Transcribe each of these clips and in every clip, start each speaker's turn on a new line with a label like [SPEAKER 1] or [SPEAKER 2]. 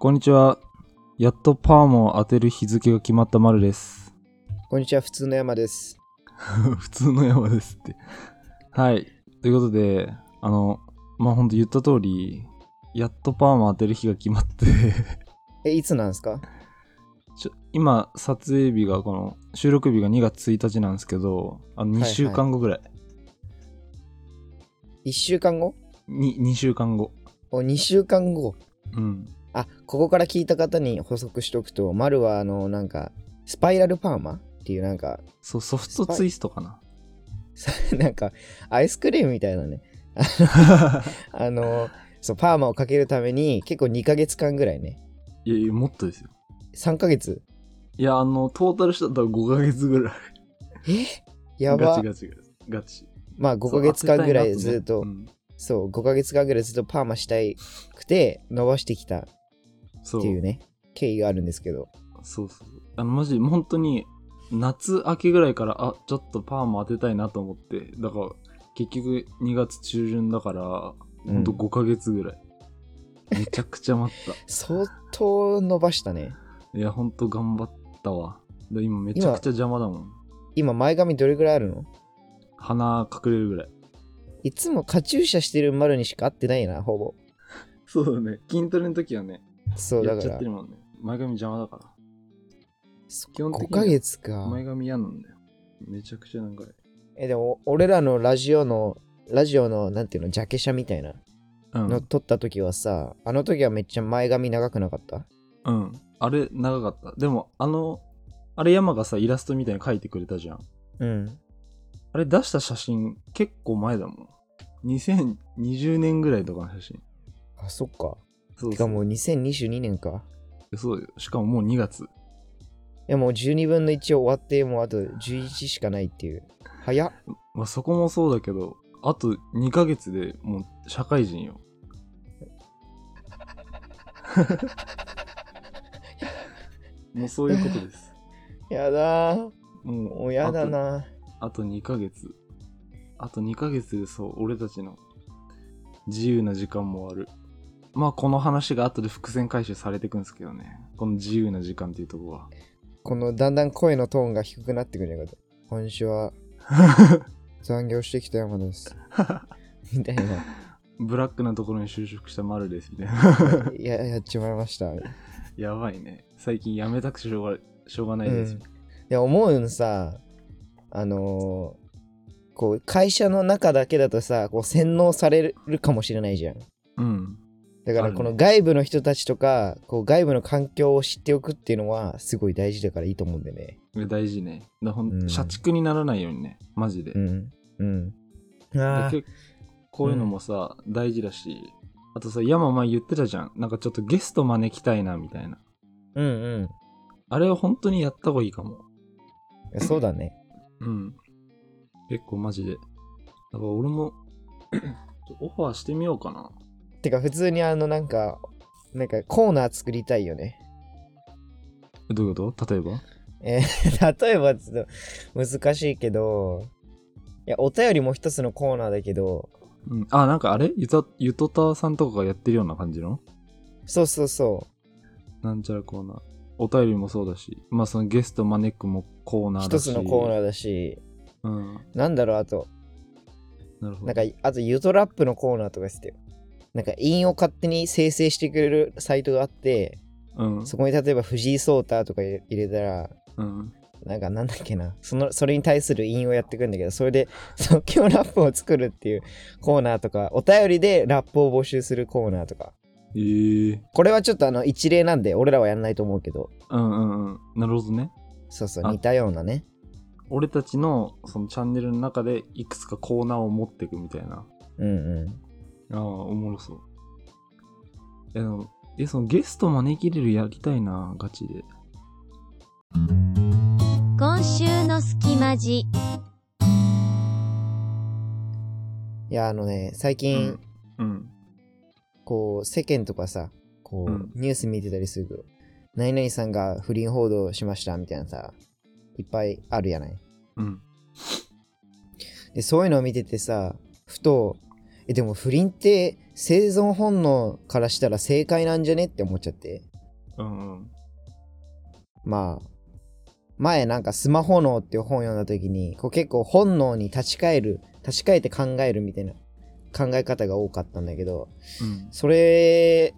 [SPEAKER 1] こんにちは。やっとパーマを当てる日付が決まった丸です。
[SPEAKER 2] こんにちは、普通の山です。
[SPEAKER 1] 普通の山ですって。はい。ということで、あの、まあ、ほんと言った通り、やっとパーマ当てる日が決まって、
[SPEAKER 2] え、いつなんですか
[SPEAKER 1] ちょ今、撮影日が、この、収録日が2月1日なんですけど、あの
[SPEAKER 2] はい
[SPEAKER 1] 2
[SPEAKER 2] はい
[SPEAKER 1] 週間後ぐらい。
[SPEAKER 2] ?1 週間後
[SPEAKER 1] に2週間後。
[SPEAKER 2] お、2週間後。
[SPEAKER 1] うん。
[SPEAKER 2] あ、ここから聞いた方に補足しておくと、丸は、あの、なんか、スパイラルパーマっていう、なんか、
[SPEAKER 1] そう、ソフトツイストかな。
[SPEAKER 2] さなんか、アイスクリームみたいなね。あの、そう、パーマをかけるために、結構2ヶ月間ぐらいね。
[SPEAKER 1] いやいや、もっとですよ。
[SPEAKER 2] 3ヶ月
[SPEAKER 1] いや、あの、トータルしたら5ヶ月ぐらい。
[SPEAKER 2] えや
[SPEAKER 1] ガチ。
[SPEAKER 2] ば
[SPEAKER 1] ガチガチ。ガチ。
[SPEAKER 2] まあ、5ヶ月間ぐらいず
[SPEAKER 1] そう
[SPEAKER 2] っと
[SPEAKER 1] 当てたいな、ね
[SPEAKER 2] そう、5ヶ月間ぐらいずっとパーマしたいくて、伸ばしてきたっ
[SPEAKER 1] うんそう
[SPEAKER 2] ていうね、経緯があるんですけど。
[SPEAKER 1] そうそう。あの、マジ、本当に、夏明けぐらいから、あ、ちょっとパーマ当てたいなと思って、だから、結局2月中旬だから、ほんと
[SPEAKER 2] うん
[SPEAKER 1] 5ヶ月ぐらい。めちゃくちゃ待っ
[SPEAKER 2] 相当伸ばしたね。
[SPEAKER 1] た。いや、ほんと頑張ったわ。で今めちゃくちゃ邪魔だもん。
[SPEAKER 2] 今前髪どれぐらいあるの
[SPEAKER 1] 鼻隠れるぐらい。
[SPEAKER 2] いつもカチューシャしてる丸にしか合ってないなほぼ
[SPEAKER 1] そうだね。筋トレの時はね、
[SPEAKER 2] そう
[SPEAKER 1] や
[SPEAKER 2] だ
[SPEAKER 1] っ
[SPEAKER 2] か
[SPEAKER 1] ちゃっ
[SPEAKER 2] ら
[SPEAKER 1] てるもんね。前髪邪魔だから。
[SPEAKER 2] そ
[SPEAKER 1] 基本的に
[SPEAKER 2] 5ヶ月か
[SPEAKER 1] 前髪嫌なんだよ。めちゃくちゃなんか。
[SPEAKER 2] えでも俺らのラジオのラジオのなんていうのジャケ写みたいな
[SPEAKER 1] う
[SPEAKER 2] の
[SPEAKER 1] ん。
[SPEAKER 2] 撮った時はさあの時はめっちゃ前髪長くなかった
[SPEAKER 1] うん。あれ、長かった。でも、あの、あれ山がさ、イラストみたいに描いてくれたじゃん。
[SPEAKER 2] うん
[SPEAKER 1] あれ出した写真結構前だもん。2020年ぐらいとかの写真。
[SPEAKER 2] あそっか
[SPEAKER 1] そう
[SPEAKER 2] てかも
[SPEAKER 1] う
[SPEAKER 2] う2022年か
[SPEAKER 1] そうよ。しかももう2月。
[SPEAKER 2] いやもう12分の1終わってもうあと11しかないっていう早っ
[SPEAKER 1] まあ、そこもそうだけど、あと2ヶ月でもう社会人よ。もうそういうことです。
[SPEAKER 2] やだー
[SPEAKER 1] もう
[SPEAKER 2] もうやだな
[SPEAKER 1] あと。あと2ヶ月。あと2ヶ月でそう、俺たちの自由な時間もある。まあこの話が後で伏線回収されていくんですけどね。この自由な時間っていうところは。
[SPEAKER 2] このだんだん声のトーンが低くなってくるんやけどこんにち は残業してきた山です。みたいな。
[SPEAKER 1] ブラックなところに就職したマルですみたいな。
[SPEAKER 2] いや、やっちまいました。い
[SPEAKER 1] やばいね。最近辞めたくてしょうがしょうがないです。
[SPEAKER 2] や、思うのさ、あのーこう、会社の中だけだとさ、こう、洗脳されるかもしれないじゃん。
[SPEAKER 1] うん。あ
[SPEAKER 2] だか
[SPEAKER 1] る
[SPEAKER 2] ら、
[SPEAKER 1] ね
[SPEAKER 2] この外部の人たちとか、こう、外部の環境を知っておくっていうのは、すごい大事だからいいと思うんでね。
[SPEAKER 1] これ大事ね。だほん
[SPEAKER 2] うん
[SPEAKER 1] 社畜にならないようにね。マジで。
[SPEAKER 2] うん。うん。
[SPEAKER 1] で
[SPEAKER 2] ああ、
[SPEAKER 1] 結こういうのもさ、大事だし。あとさ、山前言ってたじゃん。なんかちょっとゲスト招きたいなみたいな。
[SPEAKER 2] うんうん
[SPEAKER 1] あれは本当にやった方がいいかも。
[SPEAKER 2] いや。そうだね。
[SPEAKER 1] うん。結構マジで。だから俺も オファーしてみようかな。
[SPEAKER 2] てか、普通にあの、なんか、なんかコーナー作りたいよね。
[SPEAKER 1] えどういうこと例えば
[SPEAKER 2] えー例えばちょっと難しいけど、いや、お便りも一つのコーナーだけど、
[SPEAKER 1] うん、あ、なんかあれゆと、ゆとたさんとかがやってるような感じの
[SPEAKER 2] そうそうそ
[SPEAKER 1] なんちゃらコーナー。お便りもそうだし、まあそのゲスト招くもコー
[SPEAKER 2] う、
[SPEAKER 1] ナーだ
[SPEAKER 2] 一
[SPEAKER 1] し。
[SPEAKER 2] つのコーナ
[SPEAKER 1] ー。
[SPEAKER 2] ーだし、
[SPEAKER 1] うん。
[SPEAKER 2] なんだろう、あと、
[SPEAKER 1] なるほど。
[SPEAKER 2] なんか、あと、ゆとラップのコーナーとかしてよ。なんか、韻を勝手に生成してくれるサイトがあって、
[SPEAKER 1] うん。
[SPEAKER 2] そこに例えば藤井聡太とか入れたら、
[SPEAKER 1] うん。
[SPEAKER 2] なんか、なんだっけな、その、それに対する韻をやってくんだけど、それで 即興ラップを作るっていうコーナーとか、お便りでラップを募集するコーナーとか。
[SPEAKER 1] えー。
[SPEAKER 2] これはちょっとあの一例なんで俺らはやんないと思うけど
[SPEAKER 1] うんうんうん。なるほどね。
[SPEAKER 2] そうそう
[SPEAKER 1] あ
[SPEAKER 2] 似たようなね
[SPEAKER 1] 俺たちのそのチャンネルの中でいくつかコーナーを持っていくみたいな。
[SPEAKER 2] うんうん
[SPEAKER 1] ああ、おもろそう。え、でもえそのゲスト招き入れるやりたいな、ガチで。
[SPEAKER 3] 今週の隙間時
[SPEAKER 2] いやあのね最
[SPEAKER 1] う
[SPEAKER 2] 近、。
[SPEAKER 1] うん。
[SPEAKER 2] こう世間とかさこう、
[SPEAKER 1] うん
[SPEAKER 2] ニュース見てたりすると何々さんが不倫報道しましたみたいなさいっぱいあるやない
[SPEAKER 1] うん。
[SPEAKER 2] でそういうのを見ててさふとえでも不倫って生存本能からしたら正解なんじゃねって思っちゃって
[SPEAKER 1] うんうん。
[SPEAKER 2] まあ前なんか「スマホ脳」っていう本を読んだ時にこう結構本能に立ち返る立ち返って考えるみたいな考え方が多かったんだけど
[SPEAKER 1] うん。
[SPEAKER 2] それ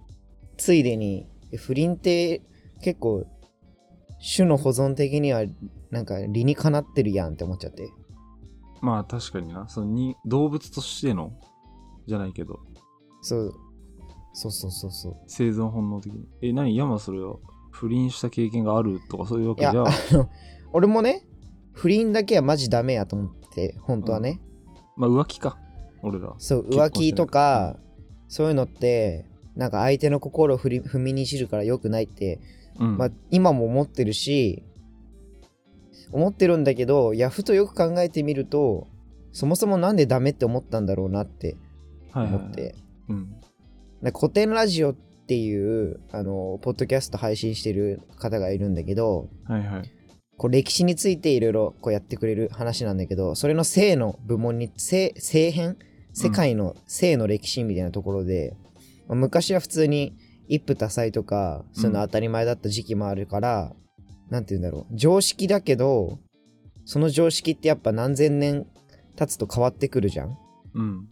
[SPEAKER 2] ついでにえ不倫って結構種の保存的にはなんか理にかなってるやんって思っちゃって
[SPEAKER 1] まあ確かにな。そのに動物としてのじゃないけど、
[SPEAKER 2] そうそうそうそうそう
[SPEAKER 1] 生存本能的に。え、何山それは不倫した経験があるとかそういうわ
[SPEAKER 2] い
[SPEAKER 1] けじ
[SPEAKER 2] や、
[SPEAKER 1] ゃ
[SPEAKER 2] あ。の、俺もね、不倫だけはマジダメやと思って、本当はね。
[SPEAKER 1] まあ浮気か。俺ら。
[SPEAKER 2] そう、
[SPEAKER 1] 結婚
[SPEAKER 2] 浮気とか、そういうのって、なんか相手の心を振り踏みにじるから良くないって、
[SPEAKER 1] うん。
[SPEAKER 2] まあ、今も思ってるし、思ってるんだけど、いや、ふとよく考えてみると、そもそもなんでダメって思ったんだろうなって
[SPEAKER 1] はい
[SPEAKER 2] 思
[SPEAKER 1] はいは
[SPEAKER 2] っ
[SPEAKER 1] い
[SPEAKER 2] て。
[SPEAKER 1] うん。
[SPEAKER 2] なんか古典ラジオっていう、あの、ポッドキャスト配信してる方がいるんだけど、
[SPEAKER 1] はいはい。
[SPEAKER 2] こう歴史についていろいろこうやってくれる話なんだけどそれの性の部門に性性編世界の性の歴史みたいなところで、まあ昔は普通に一夫多妻とかそういうの当たり前だった時期もあるから、なんて言うんだろう常識だけどその常識ってやっぱ何千年経つと変わってくるじゃん
[SPEAKER 1] うん。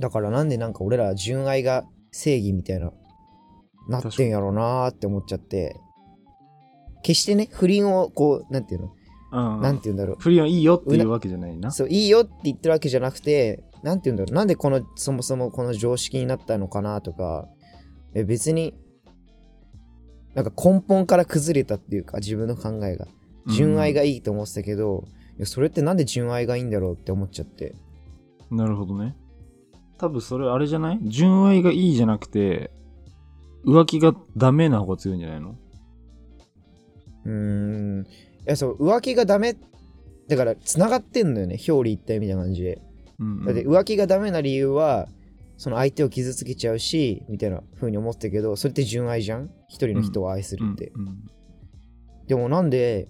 [SPEAKER 2] だからなんでなんか俺ら純愛が正義みたいななってんやろうなーって思っちゃって決してね不倫をこうなんていうの
[SPEAKER 1] うん。
[SPEAKER 2] なんて言うんだろ
[SPEAKER 1] 不倫はいいよっていうわけじゃないな
[SPEAKER 2] う。。そう、いいよって言ってるわけじゃなくて、なんて言うんだろう。なんでこの、そもそもこの常識になったのかなとか、え別に、なんか根本から崩れたっていうか、自分の考えが。
[SPEAKER 1] うん
[SPEAKER 2] 純愛がいいと思ってたけど、いやそれってなんで純愛がいいんだろうって思っちゃって。
[SPEAKER 1] なるほどね。多分それあれじゃない純愛がいいじゃなくて、浮気がダメな方が強いんじゃないの
[SPEAKER 2] うーん。いや、そう、浮気がダメ。だから、繋がってんのよね。表裏一体みたいな感じで。
[SPEAKER 1] うん、うん。
[SPEAKER 2] だって浮気がダメな理由はその相手を傷つけちゃうしみたいな風に思ってたけどそれって純愛じゃん一人の人を愛するって、
[SPEAKER 1] うんうん
[SPEAKER 2] でもなんで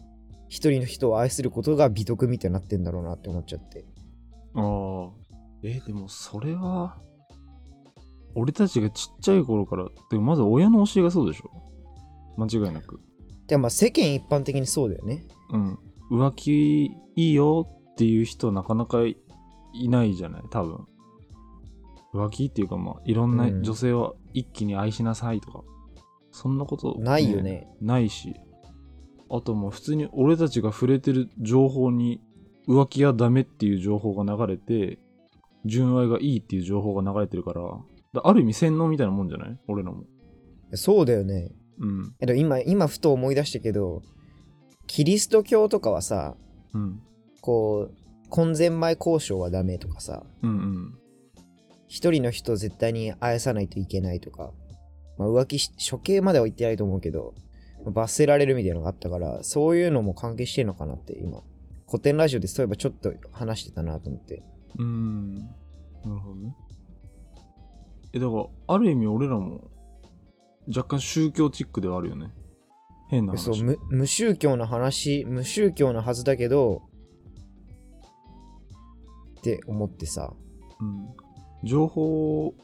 [SPEAKER 2] 一人の人を愛することが美徳みたいになってんだろうなって思っちゃって
[SPEAKER 1] ああ。え、でもそれは、俺たちがちっちゃい頃から、でもまず親の教えがそうでしょ間違いなく。
[SPEAKER 2] でもまあ世間一般的にそうだよね
[SPEAKER 1] うん。浮気いいよっていう人はなかなかいないじゃない多分。浮気っていうかまあ、いろんな
[SPEAKER 2] うん
[SPEAKER 1] 女性を一気に愛しなさいとか、そんなこと、
[SPEAKER 2] ないよね
[SPEAKER 1] ないしあともう普通に俺たちが触れてる情報に浮気はダメっていう情報が流れて純愛がいいっていう情報が流れてるからだある意味洗脳みたいなもんじゃない俺らも
[SPEAKER 2] そうだよね
[SPEAKER 1] うん
[SPEAKER 2] えっと今今ふと思い出したけどキリスト教とかはさ
[SPEAKER 1] うん
[SPEAKER 2] こう婚前前交渉はダメとかさ
[SPEAKER 1] うんうん
[SPEAKER 2] 一人の人を絶対に愛さないといけないとか、まあ、浮気し処刑までは言ってないと思うけど、まあ罰せられるみたいなのがあったからそういうのも関係してるのかなって今古典ラジオでそういえばちょっと話してたなと思って
[SPEAKER 1] うーんなるほどねえだからある意味俺らも若干宗教チックではあるよね変な話
[SPEAKER 2] そう無無宗教の話無宗教のはずだけどって思ってさ
[SPEAKER 1] うん、情報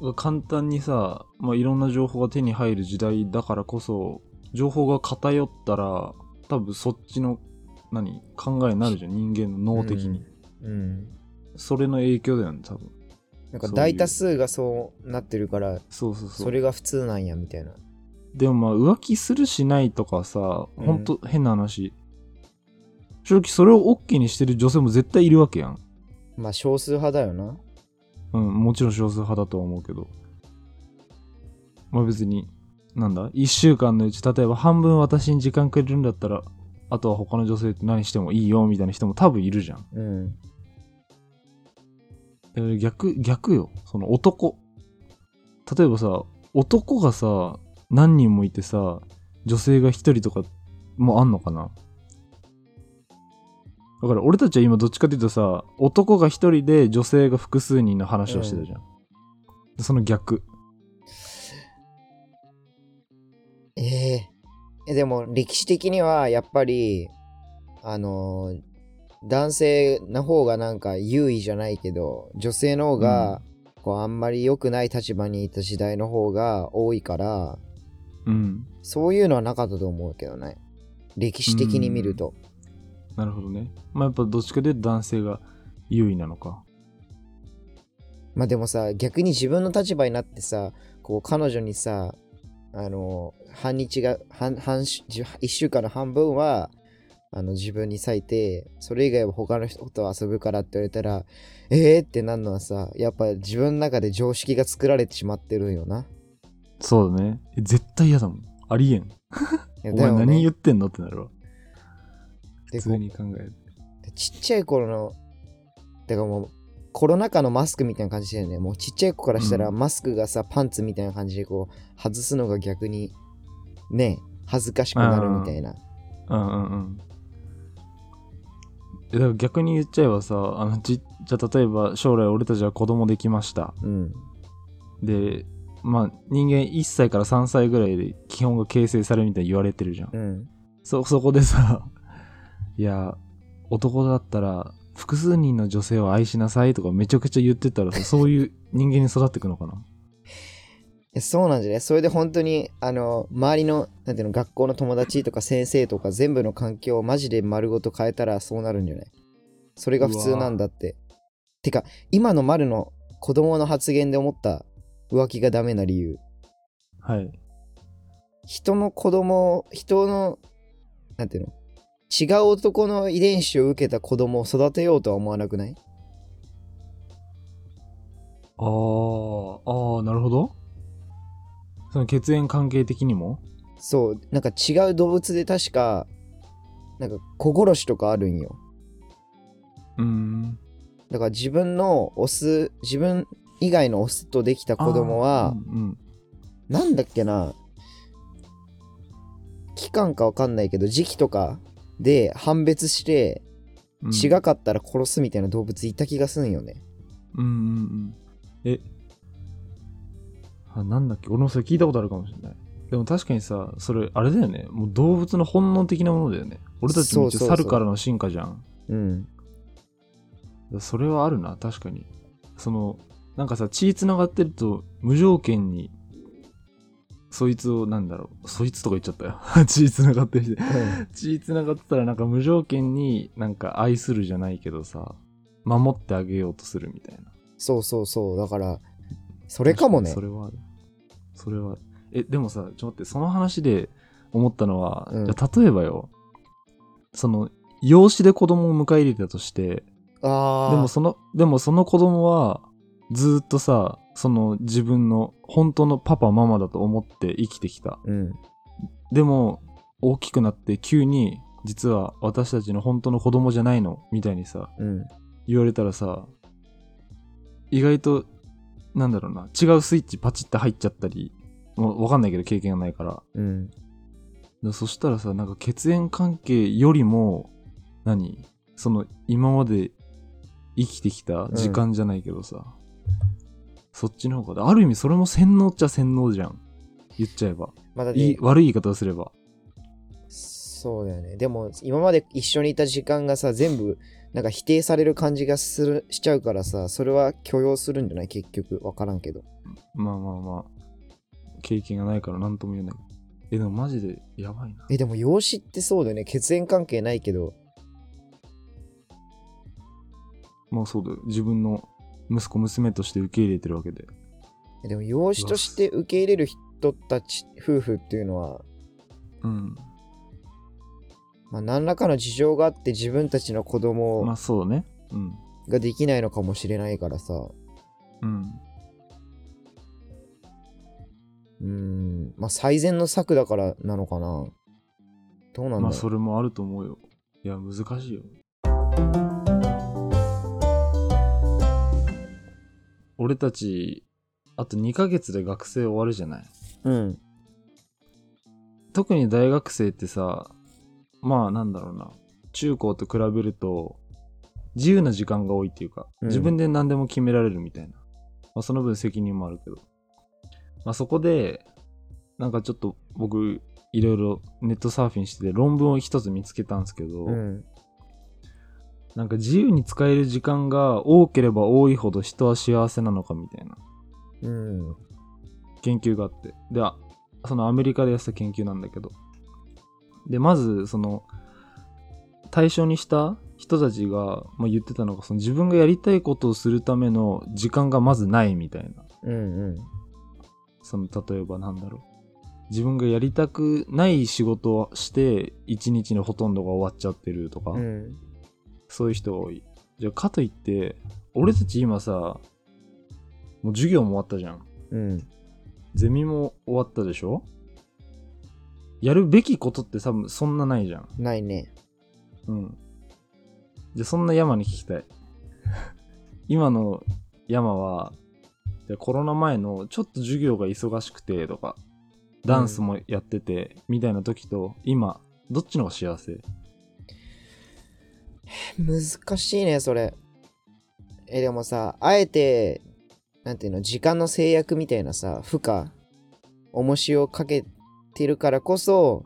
[SPEAKER 1] が簡単にさ、まあ、いろんな情報が手に入る時代だからこそ情報が偏ったら多分そっちの何考えになるじゃん人間の脳的に、
[SPEAKER 2] うん
[SPEAKER 1] それの影響だよね多分
[SPEAKER 2] なんか大多数がそうなってるから
[SPEAKER 1] そうそうそう
[SPEAKER 2] それが普通なんやみたいな
[SPEAKER 1] でもまあ浮気するしないとかさ
[SPEAKER 2] うん
[SPEAKER 1] ほんと変な話、正直それを OK にしてる女性も絶対いるわけやん
[SPEAKER 2] まあ少数派だよな
[SPEAKER 1] うん、もちろん少数派だとは思うけど。まあ別に、なんだ ?1 週間のうち、例えば半分私に時間くれるんだったら、あとは他の女性と何してもいいよみたいな人も多分いるじゃん。
[SPEAKER 2] うん
[SPEAKER 1] えー逆、逆よ。その男。例えばさ、男がさ、何人もいてさ、女性が1人とかもあんのかなだから俺たちは今どっちかっていうとさ、男が1人で女性が複数人の話をしてたじゃん。その逆。
[SPEAKER 2] えええでも歴史的にはやっぱりあのー男性の方がなんか優位じゃないけど女性の方がこうあんまり良くない立場にいた時代の方が多いから
[SPEAKER 1] うん。
[SPEAKER 2] そういうのはなかったと思うけどね歴史的に見ると
[SPEAKER 1] なるほどね。まあやっぱどっちかで男性が優位なのか。
[SPEAKER 2] まあでもさ逆に自分の立場になってさこう彼女にさあの半日が半半1週間の半分はあの自分に割いてそれ以外は他の人と遊ぶからって言われたらえーってなるのはさやっぱ自分の中で常識が作られてしまってるんよな。
[SPEAKER 1] そうだね。え絶対嫌だもん。ありえん。
[SPEAKER 2] いや
[SPEAKER 1] お前
[SPEAKER 2] だよね
[SPEAKER 1] 何言ってんのってなるわ。
[SPEAKER 2] で
[SPEAKER 1] 普
[SPEAKER 2] こ
[SPEAKER 1] 通
[SPEAKER 2] う
[SPEAKER 1] に考える。
[SPEAKER 2] ちっちゃい頃のだからもうコロナ禍のマスクみたいな感じだよねもうちっちゃい子からしたら
[SPEAKER 1] う
[SPEAKER 2] マスクがさ、パンツみたいな感じでこう外すのが逆にね恥ずかしくなるみたいな
[SPEAKER 1] うんうんうん。えだから逆に言っちゃえばさ、あのじじゃあ例えば将来俺たちは子供できました。
[SPEAKER 2] うん
[SPEAKER 1] で、まあ人間1歳から3歳ぐらいで基本が形成されるみたいに言われてるじゃん
[SPEAKER 2] う。ん
[SPEAKER 1] そ、 そこでさ、いや、男だったら複数人の女性を愛しなさいとかめちゃくちゃ言ってたらさ、そういう人間に育ってくのかな。
[SPEAKER 2] いやそうなんじゃないそれで本当にあの周りのなんていうの学校の友達とか先生とか全部の環境をマジで丸ごと変えたらそうなるんじゃないそれが普通なんだっててか今の丸の子供の発言で思った浮気がダメな理由
[SPEAKER 1] はい。
[SPEAKER 2] 人の子供を人のなんていうの違う男の遺伝子を受けた子供を育てようとは思わなくない
[SPEAKER 1] あー、あー、なるほど。その血縁関係的にも
[SPEAKER 2] そうなんか違う動物で確かなんか子殺しとかあるんよ
[SPEAKER 1] うーん。
[SPEAKER 2] だから自分のオス自分以外のオスとできた子供
[SPEAKER 1] あ
[SPEAKER 2] は
[SPEAKER 1] ーうん、うん
[SPEAKER 2] なんだっけな期間かわかんないけど時期とかで判別して
[SPEAKER 1] うん
[SPEAKER 2] 違かったら殺すみたいな動物いた気がすんよね、
[SPEAKER 1] うんうんうん。え、あなんだっけ、俺もそれ聞いたことあるかもしれない。でも確かにさ、それあれだよね。もう動物の本能的なものだよね。俺たち
[SPEAKER 2] そ
[SPEAKER 1] も
[SPEAKER 2] うそ
[SPEAKER 1] 一
[SPEAKER 2] うそう
[SPEAKER 1] 応猿からの進化じゃん。そ
[SPEAKER 2] うん
[SPEAKER 1] れはあるな、確かに。その、なんかさ、血繋がってると無条件に、そいつを、なんだろう、そいつとか言っちゃったよ。 血繋がってる人。
[SPEAKER 2] うん
[SPEAKER 1] 血繋がってたらなんか無条件になんか愛するじゃないけどさ、守ってあげようとするみたいな。
[SPEAKER 2] そうそうそうだからそ
[SPEAKER 1] そ
[SPEAKER 2] れかもね
[SPEAKER 1] それはある。それはある。え、でもさ、ちょっと待って、その話で思ったのは、
[SPEAKER 2] うん
[SPEAKER 1] じゃあ例えばよ、その、養子で子供を迎え入れたとして、
[SPEAKER 2] ああ
[SPEAKER 1] でもその、でもその子供は、ずーっとさ、その自分の本当のパパママだと思って生きてきた。
[SPEAKER 2] うん
[SPEAKER 1] でも、大きくなって急に、実は私たちの本当の子供じゃないの、みたいにさ、
[SPEAKER 2] うん
[SPEAKER 1] 言われたらさ意外となんだろうな違うスイッチパチって入っちゃったりもうわかんないけど経験がないから
[SPEAKER 2] うん
[SPEAKER 1] でそしたらさなんか血縁関係よりも何その今まで生きてきた時間じゃないけどさ、そっちの方がある意味それも洗脳っちゃ洗脳じゃん言っちゃえば
[SPEAKER 2] まあだって
[SPEAKER 1] いい悪い言い方をすれば
[SPEAKER 2] そうだよねでも今まで一緒にいた時間がさ全部なんか否定される感じがするしちゃうからさそれは許容するんじゃない結局わからんけど
[SPEAKER 1] まあまあまあ経験がないから何とも言えないえでもマジでやばいな
[SPEAKER 2] えでも養子ってそうだよね血縁関係ないけど
[SPEAKER 1] まあそうだよ自分の息子娘として受け入れてるわけで
[SPEAKER 2] えでも養子として受け入れる人たち夫婦っていうのは、
[SPEAKER 1] うん
[SPEAKER 2] まあ、何らかの事情があって自分たちの子
[SPEAKER 1] ま
[SPEAKER 2] 供
[SPEAKER 1] あそうだねうん
[SPEAKER 2] ができないのかもしれないからさ、
[SPEAKER 1] うん
[SPEAKER 2] うーん、まあ最善の策だからなのかな。どうなんだろう。
[SPEAKER 1] まあそれもあると思うよいや難しいよ俺たちあと2ヶ月で学生終わるじゃない
[SPEAKER 2] うん。
[SPEAKER 1] 特に大学生ってさまあなんだろうな中高と比べると自由な時間が多いっていうか
[SPEAKER 2] うん
[SPEAKER 1] 自分で何でも決められるみたいな、まあ、その分責任もあるけど、まあ、そこでなんかちょっと僕いろいろネットサーフィンしてて論文を一つ見つけたんですけど、
[SPEAKER 2] うん。
[SPEAKER 1] なんか自由に使える時間が多ければ多いほど人は幸せなのかみたいな
[SPEAKER 2] うん。
[SPEAKER 1] 研究があってであそのアメリカでやってた研究なんだけどでまずその対象にした人たちが、まあ、言ってたのがその自分がやりたいことをするための時間がまずないみたいな
[SPEAKER 2] うん
[SPEAKER 1] その例えばなんだろう自分がやりたくない仕事をして一日のほとんどが終わっちゃってるとか、
[SPEAKER 2] うん。うん。
[SPEAKER 1] そういう人が多いじゃあかといって俺たち今さもう授業も終わったじゃん
[SPEAKER 2] うん。
[SPEAKER 1] ゼミも終わったでしょやるべきことって多分そんなないじゃん。
[SPEAKER 2] ないね。
[SPEAKER 1] うん。じゃあそんな山に聞きたい。 今の山は、じゃあコロナ前のちょっと授業が忙しくてとか、ダンスもやっててみたいな時と、今、どっちの方が幸せ
[SPEAKER 2] 難しいね、それ。え、でもさ、あえて、なんていうの、時間の制約みたいなさ、負荷、重しをかけてるからこそ、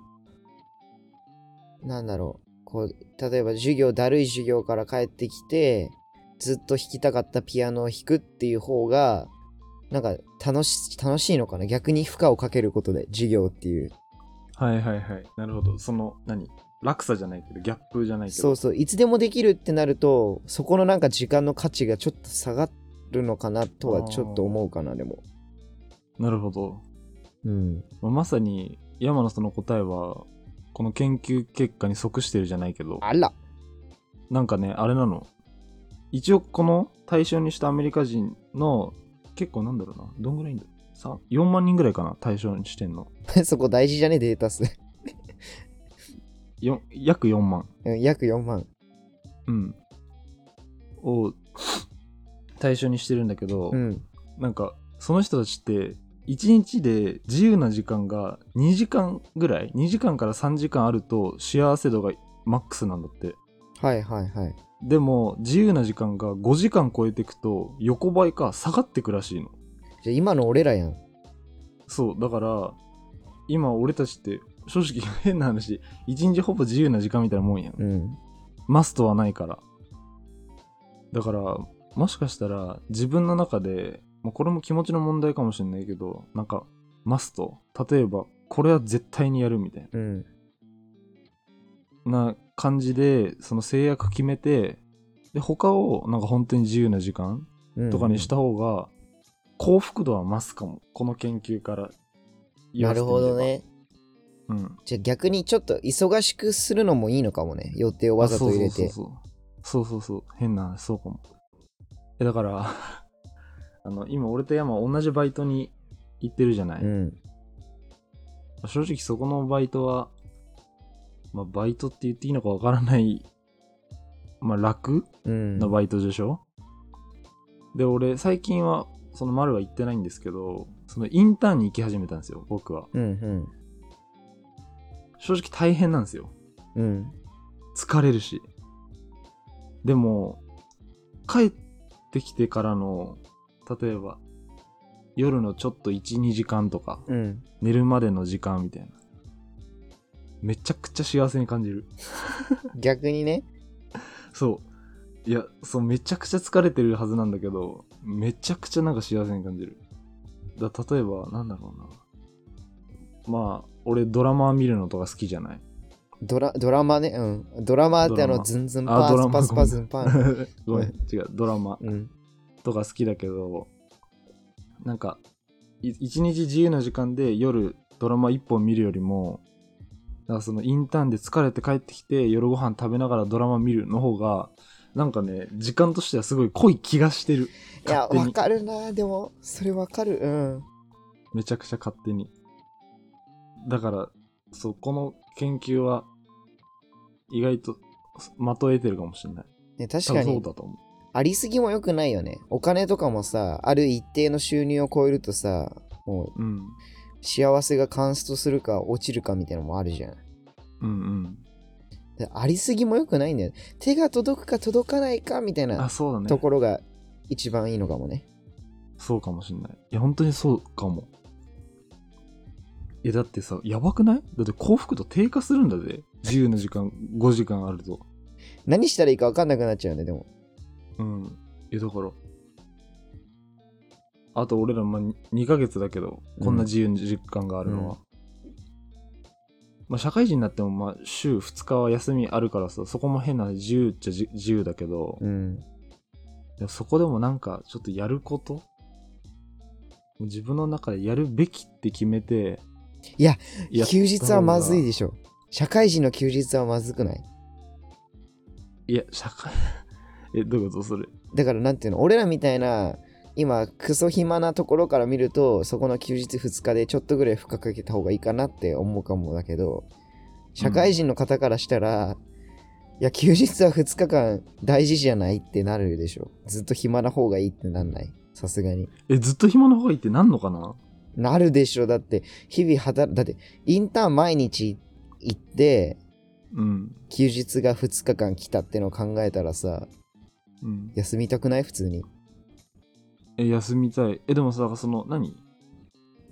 [SPEAKER 2] なんだろう、こう、例えば授業、だるい授業から帰ってきて、ずっと弾きたかったピアノを弾くっていう方が、なんか楽し楽しいのかな逆に負荷をかけることで授業っていう
[SPEAKER 1] はいはいはい。なるほど。その、何落差じゃないけど、ギャップじゃないけど。
[SPEAKER 2] そうそういつでもできるってなるとそこのなんか時間の価値がちょっと下がるのかなとはちょっと思うかなでも
[SPEAKER 1] なるほど。
[SPEAKER 2] うん
[SPEAKER 1] まあまさに、山のその答えは、この研究結果に即してるじゃないけど、
[SPEAKER 2] あら
[SPEAKER 1] なんかね、あれなの。一応この対象にしたアメリカ人の結構なんだろうな。どんぐらいいんださ ?4 万人ぐらいかな対象にしてんの。
[SPEAKER 2] そこ大事じゃねデータ数
[SPEAKER 1] よ約4万。
[SPEAKER 2] うん約4万
[SPEAKER 1] うん。を対象にしてるんだけど、
[SPEAKER 2] うん
[SPEAKER 1] なんかその人たちって1日で自由な時間が2時間ぐらい ?2 時間から3時間あると幸せ度がマックスなんだって。
[SPEAKER 2] はいはいはい
[SPEAKER 1] でも自由な時間が5時間超えていくと横ばいか下がってくらしいの。
[SPEAKER 2] じゃあ今の俺らやん
[SPEAKER 1] そう、だから、今俺たちって、正直変な話、一日ほぼ自由な時間みたいなもんやん。
[SPEAKER 2] うん
[SPEAKER 1] マストはないから。だから、もしかしたら、自分の中で、まあこれも気持ちの問題かもしれないけど、なんか、マスト。例えば、これは絶対にやるみたい
[SPEAKER 2] うん
[SPEAKER 1] なな感じで、その制約決めて、で、他を、なんか本当に自由な時間
[SPEAKER 2] うん
[SPEAKER 1] とかにした方が、幸福度は増すかも。この研究から言
[SPEAKER 2] な
[SPEAKER 1] わせてみれ
[SPEAKER 2] る
[SPEAKER 1] ば。
[SPEAKER 2] ほどね
[SPEAKER 1] うん。
[SPEAKER 2] じゃあ逆にちょっと忙しくするのもいいのかもね予定をわざと入れて
[SPEAKER 1] あそうそうそうそうそうそうそう変な話そうかもえだから あの今俺と山同じバイトに行ってるじゃない、
[SPEAKER 2] うん
[SPEAKER 1] 正直そこのバイトは、まあ、バイトって言っていいのかわからない、まあ、楽
[SPEAKER 2] うん
[SPEAKER 1] なバイトでしょ、で俺最近はその丸は行ってないんですけどそのインターンに行き始めたんですよ僕は
[SPEAKER 2] うんうん
[SPEAKER 1] 正直大変なんですよ
[SPEAKER 2] うん
[SPEAKER 1] 疲れるし。でも、帰ってきてからの、例えば、夜のちょっと1、2時間とか、
[SPEAKER 2] うん
[SPEAKER 1] 寝るまでの時間みたいな。めちゃくちゃ幸せに感じる。
[SPEAKER 2] 逆にね
[SPEAKER 1] そう。いや、そう、めちゃくちゃ疲れてるはずなんだけど、めちゃくちゃなんか幸せに感じる。だ例えば、なんだろうな。まあ、俺ドラマ見るのとか好きじゃない。
[SPEAKER 2] ドラドラマねうんドラマって
[SPEAKER 1] ド
[SPEAKER 2] あ
[SPEAKER 1] ラ
[SPEAKER 2] の
[SPEAKER 1] マ
[SPEAKER 2] ズンズン
[SPEAKER 1] あ
[SPEAKER 2] パ
[SPEAKER 1] ドラ
[SPEAKER 2] ー
[SPEAKER 1] マ
[SPEAKER 2] スパスパズンパン
[SPEAKER 1] ごめん、違う、ドラマ。
[SPEAKER 2] うん
[SPEAKER 1] とか好きだけどなんかい一日自由な時間で夜ドラマ一本見るよりもなんかそのインターンで疲れて帰ってきて夜ご飯食べながらドラマ見るの方がなんかね時間としてはすごい濃い気がしてる
[SPEAKER 2] いや、
[SPEAKER 1] 勝手に
[SPEAKER 2] わかるな、でも、それわかる。うん。
[SPEAKER 1] めちゃくちゃ勝手にだからそうこの研究は意外とまとえてるかもしれない
[SPEAKER 2] ね、確
[SPEAKER 1] 多
[SPEAKER 2] か
[SPEAKER 1] 分そ
[SPEAKER 2] に
[SPEAKER 1] う、だと思
[SPEAKER 2] ありすぎも良くないよね。お金とかもさ、ある一定の収入を超えるとさ、もう
[SPEAKER 1] う、うん、
[SPEAKER 2] 幸せがカンストするか落ちるかみたいなのもあるじゃん。
[SPEAKER 1] うんうん
[SPEAKER 2] でありすぎも良くないんだよ。手が届くか届かないかみたい
[SPEAKER 1] あ
[SPEAKER 2] な
[SPEAKER 1] そうだね
[SPEAKER 2] ところが一番いいのかもね。
[SPEAKER 1] そうかもしんない。いや、本当にそうかも。え、だってさ、やばくないだって幸福度低下するんだぜ。自由な時間、5時間あると。
[SPEAKER 2] 何したらいいか分かんなくなっちゃうねでも
[SPEAKER 1] うん。え、だから、あと俺ら、まあ、に2ヶ月だけど、こんな自由に実感があるのは、まあ、社会人になっても、まあ、週2日は休みあるからさ、そこも変な自由っちゃじ自由だけど、
[SPEAKER 2] うん
[SPEAKER 1] でもそこでもなんか、ちょっとやることもう自分の中でやるべきって決めて、
[SPEAKER 2] いや
[SPEAKER 1] やった
[SPEAKER 2] 休日はまずい
[SPEAKER 1] 方が
[SPEAKER 2] でしょ社会人の休日はまずくない
[SPEAKER 1] いや、社会、 え、どういうことそれ。
[SPEAKER 2] だからなんていうの俺らみたいな今クソ暇なところから見るとそこの休日2日でちょっとぐらい負荷かけた方がいいかなって思うかもだけど社会人の方からしたら、いや休日は2日間大事じゃないってなるでしょずっと暇な方がいいってなんないさすがに
[SPEAKER 1] え、ずっと暇の方がいいってなんのかな
[SPEAKER 2] なるでしょだって日々働だってインターン毎日行って
[SPEAKER 1] うん。
[SPEAKER 2] 休日が2日間来たってのを考えたらさ
[SPEAKER 1] うん。
[SPEAKER 2] 休みたくない普通に
[SPEAKER 1] え、休みたい。え、でもさ、だからその、何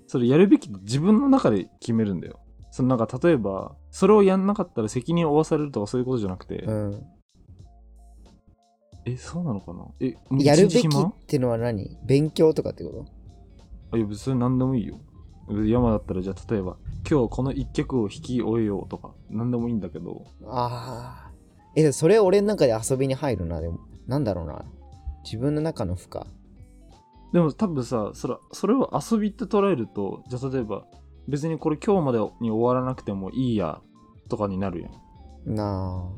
[SPEAKER 1] それやるべきと自分の中で決めるんだよ。そのなんか、例えば、それをやんなかったら責任を負わされるとかそういうことじゃなくて、
[SPEAKER 2] うん
[SPEAKER 1] え、そうなのかなえ、もう
[SPEAKER 2] やるべ
[SPEAKER 1] 一
[SPEAKER 2] き
[SPEAKER 1] 日
[SPEAKER 2] っ
[SPEAKER 1] 暇
[SPEAKER 2] てのは何勉強とかってこと
[SPEAKER 1] あいや、別にそれ何でもいいよ。山だったら、じゃあ例えば、今日この一曲を弾き終えようとか、何でもいいんだけど、
[SPEAKER 2] ああ。え、それ俺の中で遊びに入るな、でも。なんだろうな。自分の中の負荷。
[SPEAKER 1] でも多分さそれそれを遊びって捉えるとじゃあ例えば別にこれ今日までに終わらなくてもいいやとかになるやん
[SPEAKER 2] な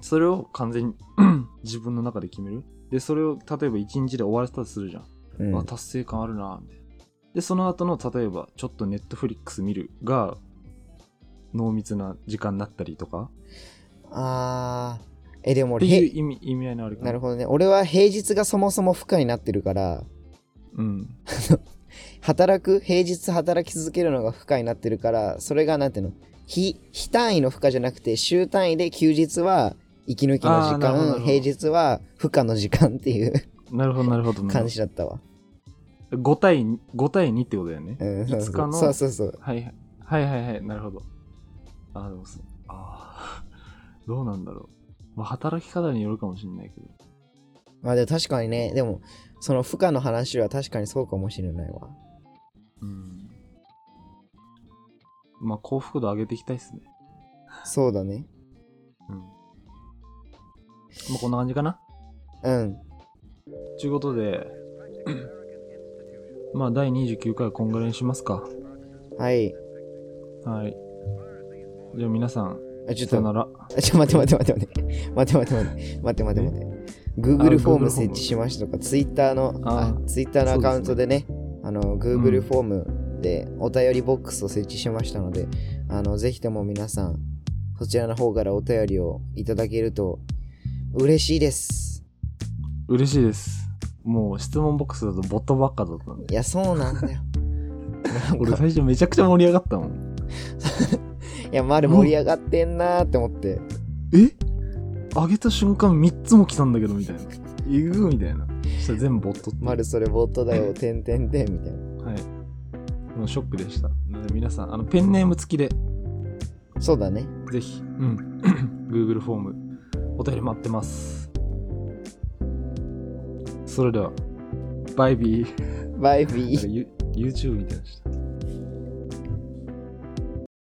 [SPEAKER 1] それを完全に 自分の中で決めるでそれを例えば一日で終わらせたとするじゃん、
[SPEAKER 2] あ。うん。
[SPEAKER 1] あ達成感あるなみたいなでその後の例えばちょっとネットフリックス見るが濃密な時間になったりとか
[SPEAKER 2] あーえ、でも
[SPEAKER 1] って
[SPEAKER 2] 俺、
[SPEAKER 1] いう
[SPEAKER 2] へ
[SPEAKER 1] 意味意味合いのある
[SPEAKER 2] なる
[SPEAKER 1] ほ
[SPEAKER 2] ほどね。俺は平日がそもそも負荷になってるから、
[SPEAKER 1] どうん
[SPEAKER 2] 働く、平日働き続けるのが負荷になってるから、それがなんていうの、日、日単位の負荷じゃなくて、週単位で休日は息抜きの時
[SPEAKER 1] あーなるほどなる、
[SPEAKER 2] 間
[SPEAKER 1] ほど
[SPEAKER 2] 平日は負荷の時間っていう
[SPEAKER 1] なるほどなるほど
[SPEAKER 2] 感じだったわ。
[SPEAKER 1] 5対5対2ってことだよね、
[SPEAKER 2] うん、そうそう
[SPEAKER 1] 5日の
[SPEAKER 2] そうそうそう。
[SPEAKER 1] はいはいはいはいはいなるほどあでもそうあーどうなんだろうまあ働き方によるかもしれないけど
[SPEAKER 2] まあでも確かにね、でもその負荷の話は確かにそうかもしれないわ。
[SPEAKER 1] うんまあ幸福度上げていきたいっすね
[SPEAKER 2] そうだね。
[SPEAKER 1] うんまあこんな感じかな
[SPEAKER 2] うん。
[SPEAKER 1] ということでまあ第29回はこんぐらいにしますか
[SPEAKER 2] はい。
[SPEAKER 1] はいじゃあ皆さん
[SPEAKER 2] あちょっ
[SPEAKER 1] さよな
[SPEAKER 2] と、
[SPEAKER 1] ら
[SPEAKER 2] あちょ、待って待って待って待って。待って待って待って待って待って待って。
[SPEAKER 1] あ
[SPEAKER 2] Google フォー
[SPEAKER 1] Google
[SPEAKER 2] ム設置しましたとか、Twitter の、
[SPEAKER 1] あ
[SPEAKER 2] あ、Twitter のアカウントでね、あの、
[SPEAKER 1] う
[SPEAKER 2] Google
[SPEAKER 1] ん
[SPEAKER 2] フォームでお便りボックスを設置しましたので、あの、ぜひとも皆さん、そちらの方からお便りをいただけると嬉しいです。
[SPEAKER 1] 嬉しいですもう質問ボックスだとボットばっかだったんで
[SPEAKER 2] いや、そうな んだよ。なん
[SPEAKER 1] 俺
[SPEAKER 2] か
[SPEAKER 1] 最初めちゃくちゃ盛り上がったもん
[SPEAKER 2] いや、まる盛り上がってんなーって思って。
[SPEAKER 1] え上げた瞬間3つも来たんだけどみたいな。えぐーみたいな。そしたら全部ボットって。
[SPEAKER 2] まるそれボットだよ、てんてんてんみたいな。
[SPEAKER 1] はい。もうショックでした。なので皆さん、あのペンネーム付きで、
[SPEAKER 2] そうだね。
[SPEAKER 1] ぜひ、うん。Google フォーム、お便り待ってます。それでは、バイビー。
[SPEAKER 2] バイビ
[SPEAKER 1] な
[SPEAKER 2] ー
[SPEAKER 1] んか。ユ YouTube みたいな人。